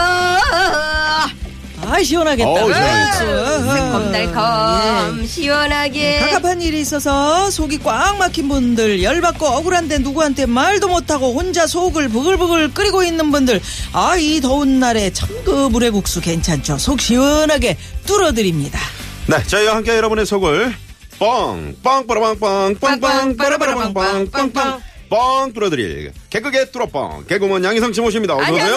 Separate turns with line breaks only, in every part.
아 시원하겠다
어우, 시원하겠다.
네. 달콤달콤
네. 시원하게
예. 갑갑한 일이 있어서 속이 꽉 막힌 분들 열받고 억울한데 누구한테 말도 못하고 혼자 속을 부글부글 끓이고 있는 분들 아 이 더운 날에 참 그 물회국수 괜찮죠 속 시원하게 뚫어드립니다
네, 저희와 함께 여러분의 속을 뻥, 뻥, 빠라방빵, 뻥빵, 빠라바라방빵, 뻥빵, 뻥 뚫어드릴 개그계 뚫어뻥 개그먼 양희성 씨 모십니다. 어서 오세요.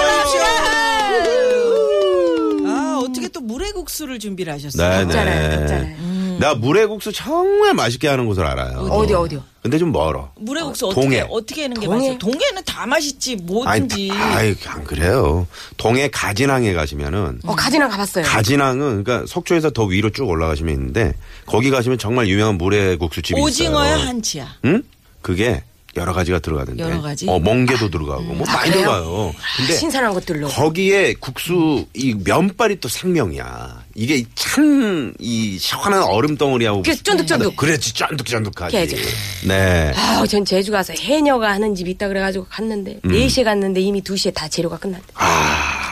아 어떻게 또 물회국수를 준비를 하셨어요
네,
덥잖아요,
네.
덥잖아요.
나 물회국수 정말 맛있게 하는 곳을 알아요.
어디, 어디요?
근데 좀 멀어.
물회국수
어,
어떻게
동해.
어떻게 하는 게
동해?
맞아요? 동해는 다 맛있지
아니,
뭐든지.
아이, 안 그래요. 동해 가진항에 가시면은
어 가지랑 가봤어요
가진항은 그러니까 속초에서 더 위로 쭉 올라가시면 있는데 거기 가시면 정말 유명한 물회국수 집이
오징어야
있어요.
한치야.
응? 그게 여러 가지가 들어가던데.
여러 가지?
어, 멍게도 들어가고 뭐 많이 들어가요. 근데
신선한 것들로
네. 거기에 국수 이 면발이 또 생명이야. 이게 찬 이 시원한 얼음 덩어리하고
그래서 쫀득쫀득.
그렇지 쫀득쫀득하지.
깨져.
네.
아전 제주 가서 해녀가 하는 집이 있다 그래가지고 갔는데
음.
4시에 갔는데 이미 2시에 다 재료가
아,
끝났다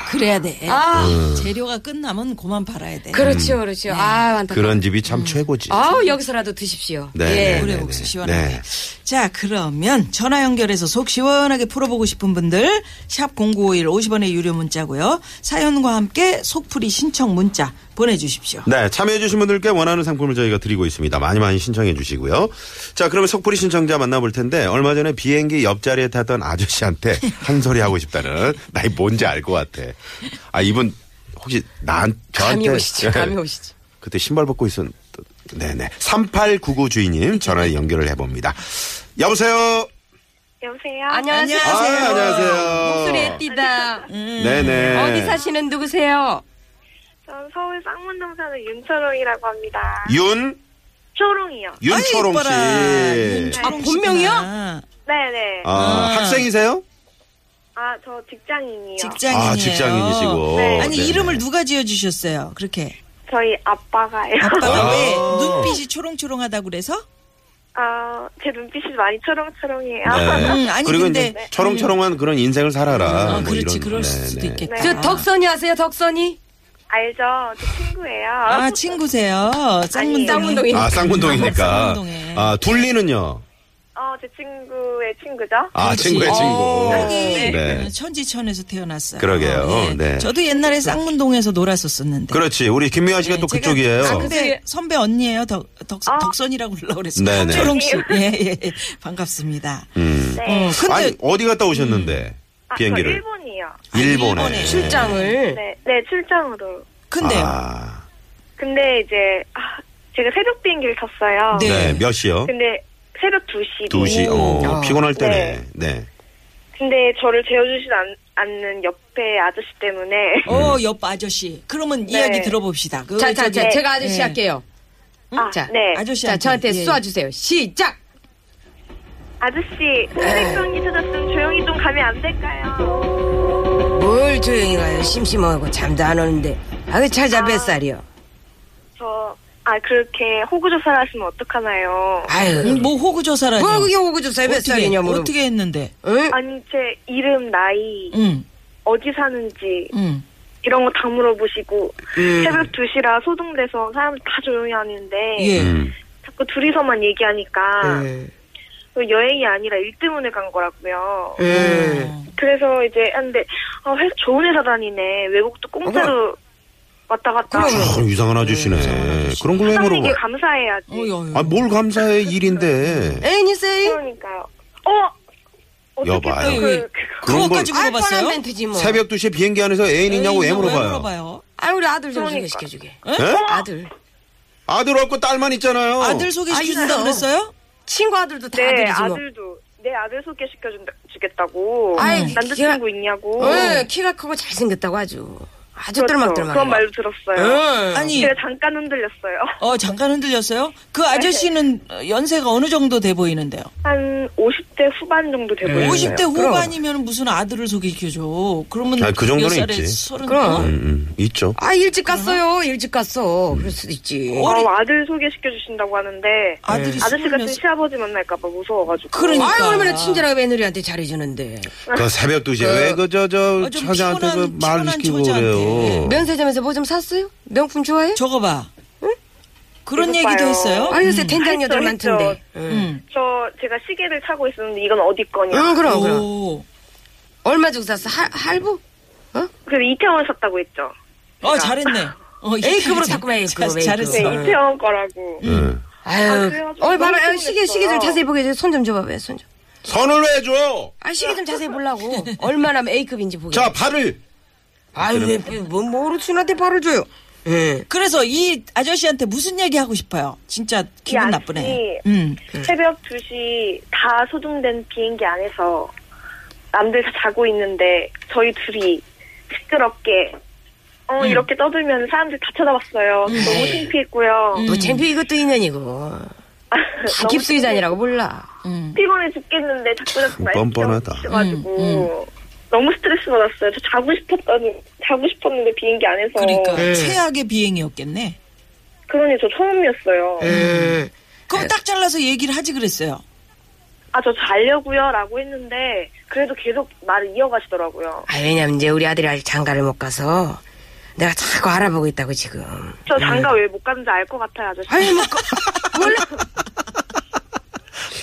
그래야 돼.
아
음.
재료가 끝나면 그만 팔아야 돼.
그렇지요 그렇지요 아
네.
안타깝다
그런 집이 참 최고지.
아우 여기서라도 드십시오
네.
예.
네.
물회국수 시원하게.
네.
자, 그러면 전화 연결해서 속 시원하게 풀어보고 싶은 분들 샵 0951 50원의 유료 문자고요. 사연과 함께 속풀이 신청 문자 보내주십시오.
네, 참여해주신 분들께 원하는 상품을 저희가 드리고 있습니다. 많이 많이 신청해주시고요. 자, 그러면 속풀이 신청자 만나볼 텐데, 얼마 전에 비행기 옆자리에 탔던 아저씨한테 한 소리 하고 싶다는, 나이 뭔지 알 것 같아. 아, 이분, 혹시, 난, 저한테. 네,
감이 오시지 감이 오시지
그때 신발 벗고 있었, 네네. 3899 주인님 전화 연결을 해봅니다. 여보세요?
여보세요?
안녕하세요
아, 안녕하세요.
목소리에 띠다
네네.
어디 사시는 누구세요
저는 서울 쌍문동 사는 윤철홍이라고 합니다.
윤,
초롱이요.
윤초롱 씨.
아, 본명이요?
네네.
아, 학생이세요?
아, 저 직장인이요.
직장인이에요.
아, 직장인이시고. 어,
네.
아니
네네.
이름을 누가 지어주셨어요? 그렇게
저희 아빠가요.
아빠가
아.
왜 눈빛이 초롱초롱하다고 그래서?
아, 제 눈빛이 많이 초롱초롱해요.
네.
음, 아니,
그리고
근데-
이제 철렁철렁한 그런 인생을 살아라.
어,
뭐
그렇지
이런,
그럴
네,
수도
네.
있겠다.
네.
저 덕선이 아세요 덕선이
알죠? 제 친구예요.
아 친구세요. 쌍문동이.
쌍문동이.
아 쌍문동이니까.
어, 쌍문동에.
아 둘리는요.
어, 제 친구의 친구죠?
아
그렇지.
친구의 친구.
여기 그
네.
천지천에서 태어났어요.
그러게요.
어,
네.
저도 옛날에 쌍문동에서 놀았었었는데.
그렇지 우리 김미아 씨가
네,
또
제가-
그쪽이에요.
아, 근데 선배 언니예요. 덕, 덕,
아.
덕선이라고 불러 그랬어요.
네네.
초롱 씨. 예, 예, 예. 반갑습니다.
음.
어,
네.
근데 음.
아니 어디 갔다 오셨는데
아, 저
비행기를
일본이요.
일본에.
일본에.
출장을
네, 네, 출장으로.
근데요.
아,
근데 이제, 아, 제가 새벽 비행기를 탔어요.
네.
네.
몇 시요?
근데 새벽 2시.
두 시. 어,
아.
피곤할 때네. 네.
근데 저를 재워주지 않, 않는 옆에 아저씨 때문에.
음.
어, 옆 아저씨. 그러면
네.
이야기 들어봅시다. 그
자, 자, 자,
저기
제가 아저씨
네.
할게요.
아,
자,
네.
아저씨한테.
자, 저한테
예.
쏴주세요. 시작!
아저씨, 쓰레기통이 찾았으면 조용히 좀 가면 안 될까요?
뭘 조용히 가요. 심심하고 잠도 안 오는데. 아그 찾아 뱃살이요.
저, 아, 그렇게 호구조사를 하시면 어떡하나요?
아유.
음, 뭐 호구 조사라니.
뭐 그게 오고 조사에
어떻게,
뱃살이냐 물어.
어떻게 했는데? 음,
응?
아니, 제 이름, 나이,
응.
어디 사는지,
응.
이런 거 다 물어보시고, 새벽 2시라 소동돼서 사람 다 조용히 하는데,
예.
음.
자꾸 둘이서만 얘기하니까,
응.
그 여행이 아니라 일 때문에 간 거라고요.
응.
네.
어.
아, 그래서 이제, 근데, 아, 회, 좋은 회사 다니네. 외국도 공짜로 왔다 갔다.
참 이상한 아저씨네. 그런 걸 왜
사장님께
물어봐?
감사해야지.
어여.
아 뭘 감사해 일인데.
음.
애인 있어요?
그러니까요. 어! 어떻게
여봐요.
또 그,
그거까지
아, 뻔한
물어봤어요?
멘트지 뭐.
새벽 2시에 비행기 안에서 애인 있냐고 애
에이, 이거 왜
물어봐요.
물어봐요?
아, 우리 아들 좀
그러니까.
소개시켜주게.
예?
아들.
아들 없고 딸만 있잖아요.
아들 소개시켜준다
있어.
그랬어요?
친구 아들도 다
내
아들이지 뭐.
네, 아들도 내 아들 소개시켜 주겠다고
아이,
남자친구
걔가-
있냐고
어, 키가 크고 잘생겼다고 아주. 아주
그렇죠.
똘막똘막.
그런 말도 들었어요.
네. 예.
아니,
제가 잠깐 흔들렸어요.
어, 잠깐 흔들렸어요? 그 아저씨는 어, 연세가 어느 정도 돼 보이는데요?
한 50대 후반 정도
예.
돼 보여요.
50대 후반이면 무슨 아들을 소개시켜줘. 그러면
아, 그 정도는
몇 살에
있지.
서른
그럼.
어?
음, 음, 있죠.
아, 일찍 갔어요. 일찍 갔어. 그럴 수도 있지.
어리-
어, 아들 소개시켜 주신다고 하는데
아들이
네. 아저씨 같은
26.
시아버지 만날까봐 무서워가지고. 어?
그러니까.
아유, 얼마나 친절하게 며느리한테 잘해주는데.
그 새벽 2시에 왜 그 저 저
어, 좀
처자한테
피곤한-
그 말
피곤한
시키고
처자한테.
그래요.
면세점에서 뭐 좀 샀어요? 명품 좋아해?
저거 봐. 그런
이거
얘기도
봐요.
했어요?
아, 요새 된장
했죠,
여덟
했죠.
많던데.
음.
저 제가 시계를 차고 있었는데 이건 어디 거냐.
응, 그럼, 그럼.
오. 어,
얼마 주고 샀어? 할, 할부?
그래서 이태원 샀다고 했죠.
어,
그러니까.
잘했네. 어, 이게
A급으로
잘-
자꾸만 A급,
잘-
A급.
네,
잘했어.
이태원 거라고.
예.
아유.
그래가지고
어, 봐봐.
너무
아유, 시계, 시계 좀
흥분했어요.
자세히 보게. 손 좀 줘봐, 왜, 손 좀.
선을 왜 줘?
아, 시계 좀 자세히 보려고. 얼마나 A급인지 보게.
자, 발을
아유, 왜, 뭐, 뭐로 친한테 바로 줘요. 예.
그래서 이 아저씨한테 무슨 얘기 하고 싶어요? 진짜 기분
이
나쁘네.
아저씨. 어.
음.
새벽 2시 다 소중된 비행기 안에서 남들 다 자고 있는데 저희 둘이 시끄럽게 어 이렇게 떠들면 사람들 다 쳐다봤어요. 너무 창피했고요.
뭐, 챔피 이것도 인연이고. 다
네,
너무
깁스기단이라고 몰라.
피- 피곤해 죽겠는데 자꾸 자꾸
참
말씀
뻔뻔하다.
주셔가지고 너무 스트레스 받았어요. 저 자고 싶었더니 자고 싶었는데 비행기 안에서
그러니까
네.
그
최악의 비행이었겠네.
러니저 처음이었어요.
예.
그럼 딱 잘라서 얘기를 하지 그랬어요.
아 저 자려고요라고 했는데 그래도 계속 말을 이어가시더라고요.
아, 왜냐면 이제 우리 아들이 아직 장가를 못 가서 내가 자꾸 알아보고 있다고 지금.
저 장가 왜 못 갔는지 알 것 같아요, 아저씨.
아니, 뭐, 그- 몰라.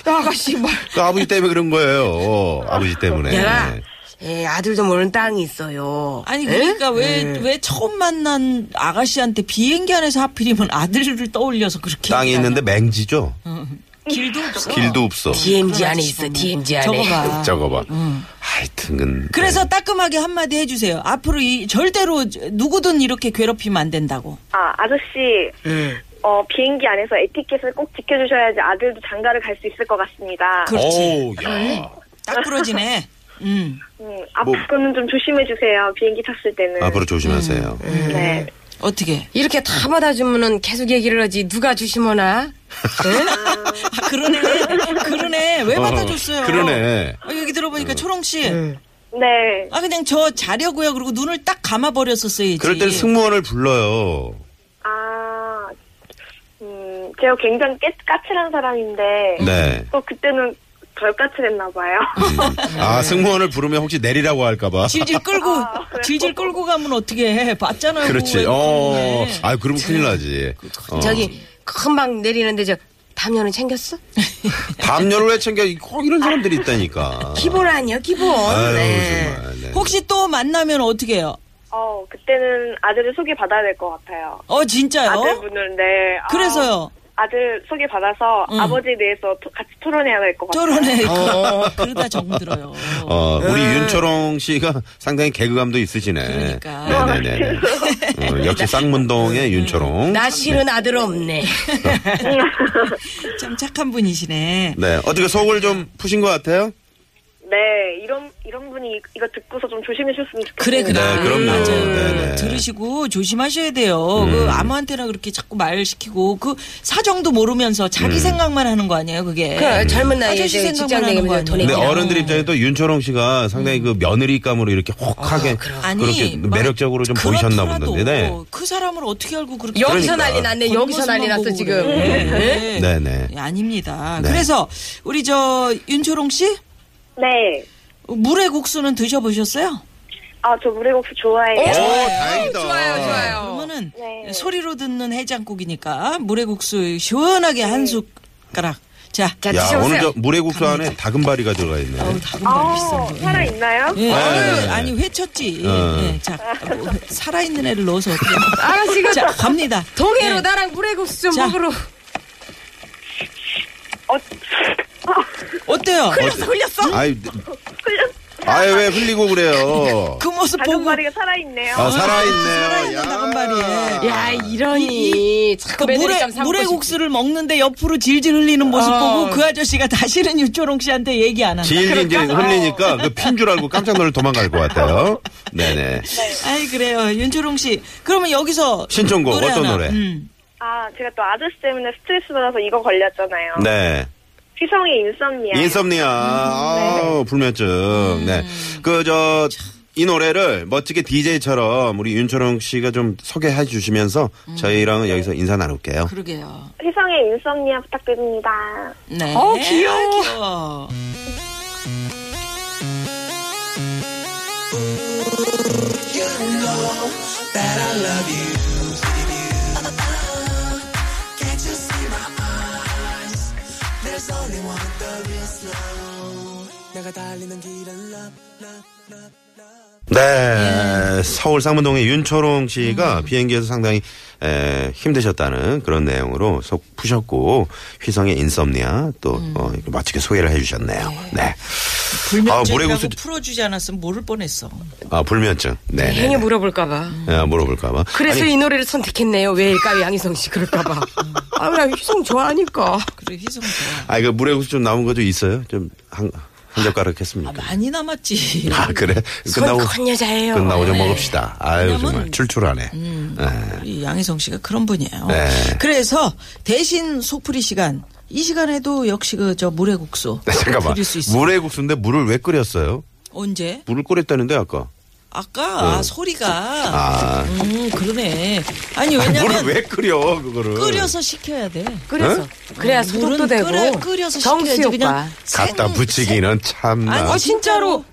야, 아가씨, 말.
그 아버지 때문에 그런 거예요. 아버지 때문에.
내가, 예, 아들도 모르는 땅이 있어요.
아니
예?
그러니까 왜 왜
예.
처음 만난 아가씨한테 비행기 안에서 하필이면 아들을 떠올려서 그렇게
땅이
얘기하냐.
있는데 맹지죠.
어. 길도 없어.
길도 없어.
DMZ 안에 있어, DMZ 안에.
저거 봐.
저거 봐. 하여튼 근
어. 음. 그래서 따끔하게 한마디 해주세요. 앞으로 이 절대로 누구든 이렇게 괴롭히면 안 된다고.
아, 아저씨,
예.
어, 비행기 안에서 에티켓을 꼭 지켜주셔야지 아들도 장가를 갈 수 있을 것 같습니다.
그- 그렇지.
어우, 야.
딱 부러지네. 음.
음, 앞으로는 좀 조심해주세요. 비행기 탔을 때는.
아, 그렇죠.
앞으로 조심하세요.
음,
네.
어떻게?
이렇게 다 받아주면은 계속 얘기를 하지. 누가 주시모나? 예?
아, 그러네. 그러네. 왜 받아줬어요?
어, 그러네.
어, 얘기 들어보니까 초롱 씨.
네.
아 그냥 저 자려고요. 그리고 눈을 딱 감아 버렸었어야지.
그럴 때는 승무원을 불러요.
아, 음, 제가 굉장히 깨, 까칠한 사람인데.
네.
또 그때는 덜 까칠했나봐요.
네.
아, 승무원을 부르면 혹시 내리라고 할까봐.
질질 끌고
아, 그래요?
질질 끌고 가면 어떻게 해? 봤잖아요.
그렇지.
왜
어.
그러네.
아, 그러면 큰일 나지. 어.
저기, 금방 내리는데 저, 담요는 챙겼어?
담요를 왜 챙겨? 꼭 이런 사람들이 있다니까.
기본 아니야, 기본.
아유,
네.
정말. 네.
혹시 또 만나면 어떻게 해요?
어, 그때는 아들을 소개받아야 될 것 같아요.
어 진짜요?
아들분을, 네. 아,
그래서요. 음.
아들 소개받아서 아버지에 대해서 토- 같이 토론해야 될 것 같아요.
저런에 그러다 정들어요.
어, 우리 윤초롱 씨가 상당히 개그감도 있으시네.
그러니까.
네네네. 어, 역시 쌍문동의 윤초롱.
나 싫은 아들 없네.
참 착한 분이시네.
네. 어떻게 속을 좀 푸신 것 같아요?
네, 이런, 이런 분이 이거 듣고서 좀 조심해주셨으면 좋겠어요.
그래 그래.
네, 그럼요.
맞아요.
네네. 음.
들으시고 조심하셔야 돼요. 그 아무한테나 그렇게 자꾸 말 시키고 그 사정도 모르면서
음.
자기 생각만 하는 거 아니에요, 그게.
그 젊은 나이에
아저씨
이제 직장
생각만 하는 거
다니면서 돈
아니에요?
네. 근데
얘기하고.
어른들 입장에 또 윤초롱 씨가 상당히 그 며느리감으로 이렇게 혹하게 그렇게
막
매력적으로 좀
그런
보이셨나
터라도
본데. 네.
그 사람을 어떻게 알고 그렇게
여기서
그러니까.
난리 났네. 여기서 난리 났어 지금. 음,
네.
네, 네.
예, 아닙니다.
네.
그래서 우리 저 윤초롱 씨
네.
물회 국수는 드셔보셨어요?
아, 저 물회국수 좋아해요.
오, 다행이다.
그러면은
네. 네.
소리로 듣는 해장국이니까 물회 국수 시원하게 한 숟가락 자,
자,
야,
드셔보세요.
오늘 저 물회국수 안에 다금바리가 들어가 있네.
어우, 다른 말
아,
있어.
살아있나요?
예, 아유,
네.
아니 회쳤지. 예,
어.
예, 자, 뭐, 살아있는 애를 넣어서 어떻게?
아, 지금
자, 갑니다.
동해로
예.
나랑 물회국수 좀
자.
먹으러.
어,
어때요?
흘렸어, 흘렸어.
아유, 아유, 왜 흘리고 그래요?
그 모습 보고
다금바리가 살아있네요.
아, 살아있네요.
살아있는
야.
다금바리에.
야, 이러니.
아, 그
참
물에
매듭감 삼고
물에
싶다.
국수를 먹는데 옆으로 질질 흘리는 모습
어.
보고 그 아저씨가 다시는 유초롱 씨한테 얘기 안 한다.
질질 이제 흘리니까 그 핀 줄 알고 깜짝 놀라 도망갈 것 같아요. 네네.
아이 그래요, 윤초롱 씨. 그러면 여기서
신청곡
노래
어떤
하나.
노래?
음.
아, 제가 또 아저씨 때문에 스트레스 받아서 이거 걸렸잖아요.
네.
휘성의 인썸니아.
인썸니아, 아우, 불면증. 네. 그, 저, 이 노래를 멋지게 DJ처럼 우리 윤철웅 씨가 좀 소개해 주시면서 저희랑 여기서 인사 나눌게요.
그러게요.
휘성의 인썸니아 부탁드립니다.
네.
어, 귀여워.
아, 귀여워.
네. 서울 상문동의 윤철홍 씨가 비행기에서 상당히 에, 힘드셨다는 그런 내용으로 속 푸셨고 휘성의 인썸니아 또 어, 이렇게 멋지게 소개를 해주셨네요. 네. 아, 물에
불면증이라고
구수-
풀어주지 않았으면 모를 뻔했어.
아 불면증. 네.
괜히
네.
물어볼까봐.
아, 물어볼까봐.
그래서 이 노래를 선택했네요. 왜일까요, 양희성 씨 그럴까봐.
음.
아, 나 휘성 좋아하니까.
그래 희성 좋아.
아 이거 물에 구수 좀 남은 거 좀 있어요? 좀 한 한 젓가락
아,
했습니까?
많이 남았지.
아 그래.
손 큰 여자예요.
끝나고 좀 먹읍시다. 아유
왜냐면-
정말 출출하네. 네.
이 양희성 씨가 그런 분이에요.
네.
그래서 대신 속풀이 시간 이 시간에도 역시 그 저 물회국수
네, 잠깐만.
드릴 수 있어요.
물에 국수인데 물을 왜 끓였어요?
언제?
물을 끓였다는데 아까.
아까
어.
아, 소리가
아.
음 그러네. 아니
물을
왜냐면
왜 끓여 그거를?
끓여서 식혀야 돼.
그래서. 그래야 아, 소독도
물은
되고.
끓여, 끓여서
정수
식혀야지
효과.
그냥 생-
갖다 붙이기는 참나.
아니,
아, 진짜로.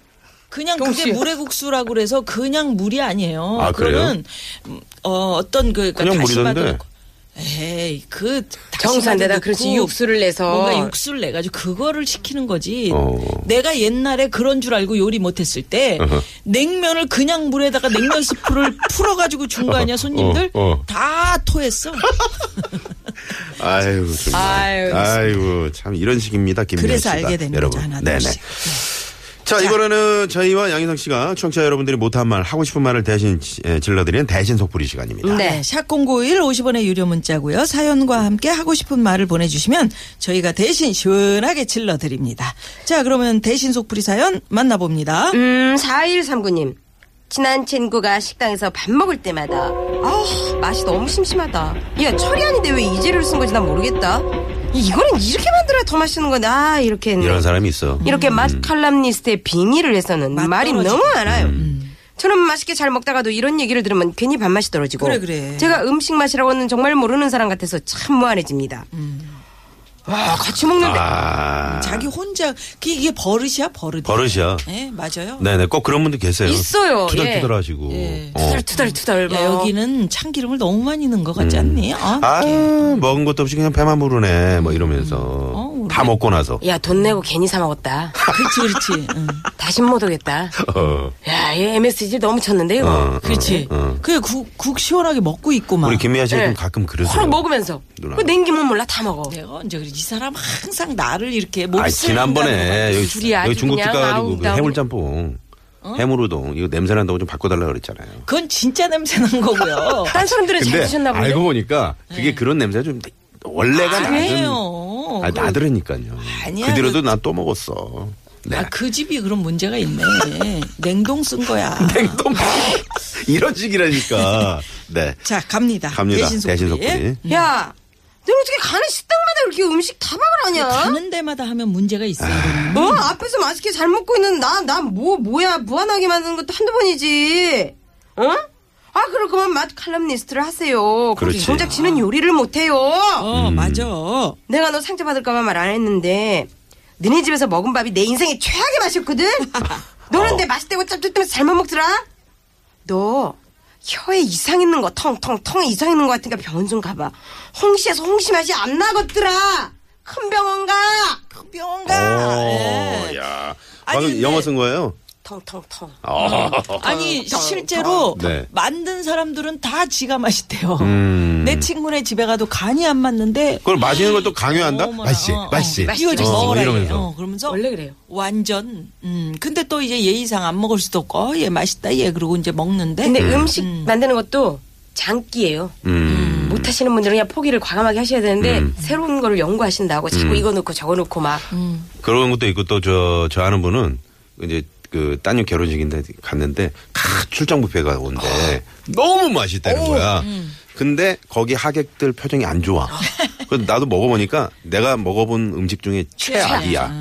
그냥
동시에.
그게 물회국수라고 그래서 그냥 물이 아니에요.
아, 그래요?
그러면 음, 어, 어떤 그 그러니까
그냥
다시마도
물이던데.
넣고. 에이 그 다시마도
정산에다
넣고
그렇지 육수를 내서.
뭔가 육수를 내 가지고 그거를 시키는 거지.
어.
내가 옛날에 그런 줄 알고 요리 못했을 때
어허.
냉면을 그냥 물에다가 냉면 스프를 풀어 가지고 준 거 아니야 손님들
어, 어.
다 토했어.
아유, 정말.
아유.
아유, 참 이런 식입니다, 김민아
그래서
씨가.
알게 되는
여러분.
거죠 하나
네네.
둘씩.
자, 이번에는 저희와 양희성 씨가 청취자 여러분들이 못한 말, 하고 싶은 말을 대신 지- 에, 질러드리는 대신 속풀이
음.
시간입니다.
네.
샵0951 50원의 유료 문자고요. 사연과 함께 하고 싶은 말을 보내주시면 저희가 대신 시원하게 질러드립니다. 자 그러면 대신 속풀이 사연 만나봅니다.
음, 4139님. 친한 친구가 식당에서 밥 먹을 때마다 아 맛이 너무 심심하다. 야 철이 아닌데 왜 이 재료를 쓴 건지 난 모르겠다. 이- 이거는 이렇게 만들어야 더 맛있는 건데 아 이렇게 했네.
이런 사람이 있어.
이렇게 맛 칼럼니스트에 빙의를 해서는
맛
말이
떨어지고. 음.
너무 많아요. 저는 맛있게 잘 먹다가도 이런 얘기를 들으면 괜히 밥맛이 떨어지고
그래, 그래.
제가 음식 맛이라고는 정말 모르는 사람 같아서 참 무한해집니다.
음.
와 같이 먹는데
아,
자기 혼자 그 이게 버릇이야 버릇.
버릇이야.
네 맞아요.
네네, 꼭 그런 분들 계세요.
있어요,
예.
투덜투덜 하시고. 어.
투덜투덜투덜
야,
뭐.
여기는 참기름을 너무 많이 넣은 것 같지 않니? 아,
아, 먹은 것도 없이 그냥 배만 부르네. 뭐 이러면서.
어,
다 먹고 나서.
야 돈 내고 괜히 사 먹었다.
그렇지 그렇지.
음,
응.
다시 못 오겠다.
어.
야, 이 MSG 너무 쳤는데 이거.
어,
그렇지.
어, 어.
그래 국, 국 시원하게 먹고 있고만.
우리 김미아
예.
씨는
네.
가끔 그러세요.
확 먹으면서.
누나.
그 냉기면 몰라 다 먹어.
내가 언제 그래? 이 사람 항상 나를 이렇게
아,
몹쓸
지난번에 여기,
둘이 아주
여기 중국집
그냥
가가지고 그
아웅다웅.
해물짬뽕, 해물우동 이거 냄새 난다고 좀 바꿔달라 그랬잖아요.
그건 진짜 냄새 난 거고요.
딴 사람들은 잘
근데
드셨나 보네.
알고 보니까 그게 그런 냄새가 좀 원래가 나는
아니에요.
아니, 나더라니까요.
아니야,
그 뒤로도
그-
난 또 먹었어. 네.
아, 그 집이 그런 문제가 있네. 냉동 쓴 거야.
냉동 이런 식이라니까. 네.
자, 갑니다.
갑니다.
대신 속풀이.
대신 속풀이.
야, 너 어떻게 가는 식당마다 이렇게 음식 타박을 하냐?
가는 데마다 하면 문제가 있어요. 이거는.
어, 앞에서 맛있게 잘 먹고 있는 나, 나 뭐, 뭐야, 무한하게 만드는 것도 한두 번이지. 어? 아, 그럴 거면 맛 칼럼니스트를 하세요. 그렇지.
그렇지.
정작 지는 요리를 못해요.
어,
음.
맞아.
내가 너 상처 받을까봐 말 안 했는데 너네 집에서 먹은 밥이 내 인생의 최악의 맛이었거든. 너는 내 맛있다고 짭짤대면서 잘못 먹더라. 너 혀에 이상 있는 거 텅텅 텅에 이상 있는 거 같으니까 병원 좀 가봐. 홍시에서 홍시 맛이 안 나겠더라. 큰 병원 가!
그
어.
병가.
오,
예.
어, 야.
아니,
방금
근데-
영어 쓴 거예요?
텅텅텅.
아,
아니
텅,
실제로
텅. 네.
만든 사람들은 다 지가 맛있대요.
음.
내 친구네 집에 가도 간이 안 맞는데
그걸 마시는 걸 또 강요한다?
어머나,
맛있지,
어,
맛있지.
어, 이거 좀
어,
먹어라
이러면서.
이러면서. 어, 그러면서
원래 그래요.
완전 음 근데 또 이제 예의상 안 먹을 수도 없고 어, 얘 맛있다 얘 그러고 이제 먹는데
근데 음식 만드는 것도 장기예요.
음.
못 하시는 분들은 그냥 포기를 과감하게 하셔야 되는데
음.
새로운 거를 연구하신다고 자꾸 이거 넣고 저거 넣고 막
음.
그런 것도 있고 또 저, 저 아는 분은 이제 그 따님 결혼식인데 갔는데 캬, 출장 뷔페가 온데 너무 맛있다는 거야.
음.
근데 거기 하객들 표정이 안 좋아. 그래서 나도 먹어보니까 내가 먹어본 음식 중에
아.
최악이야.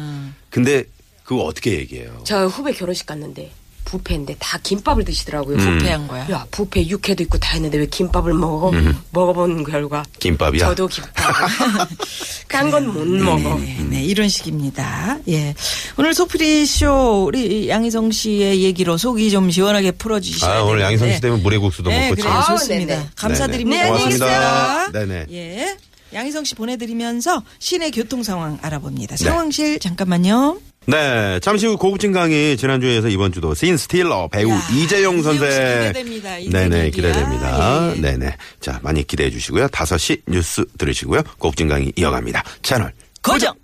근데 그거 어떻게 얘기해요?
저 후배 결혼식 갔는데 부페인데 다 김밥을 드시더라고요.
음.
부패한 거야.
야, 부페 육회도 있고 다 했는데 왜 김밥을 먹어? 먹어본 결과
음. 김밥이야?
저도 김밥. 딴 건 못 먹어.
네, 네, 이런 식입니다. 예. 오늘 소프리 쇼 우리 양희성 씨의 얘기로 속이 좀 시원하게 풀어주시면
아, 오늘 양희성 씨 때문에 물회국수도
네,
먹고
그래요.
아우,
좋습니다.
네네.
감사드립니다.
네네. 고맙습니다.
안녕히 계세요.
네네.
예. 양희성 씨 보내드리면서 시내 교통 상황 알아봅니다. 상황실 잠깐만요.
네, 잠시 후 고급진 강의 지난주에서 이번 주도 신 스틸러 배우
야,
이재용 선생.
이재용 씨 기대됩니다. 인생
네네,
얘기야.
기대됩니다.
예.
네네. 자, 많이 기대해 주시고요. 5시 뉴스 들으시고요. 고급진 강의 이어갑니다. 채널
고정.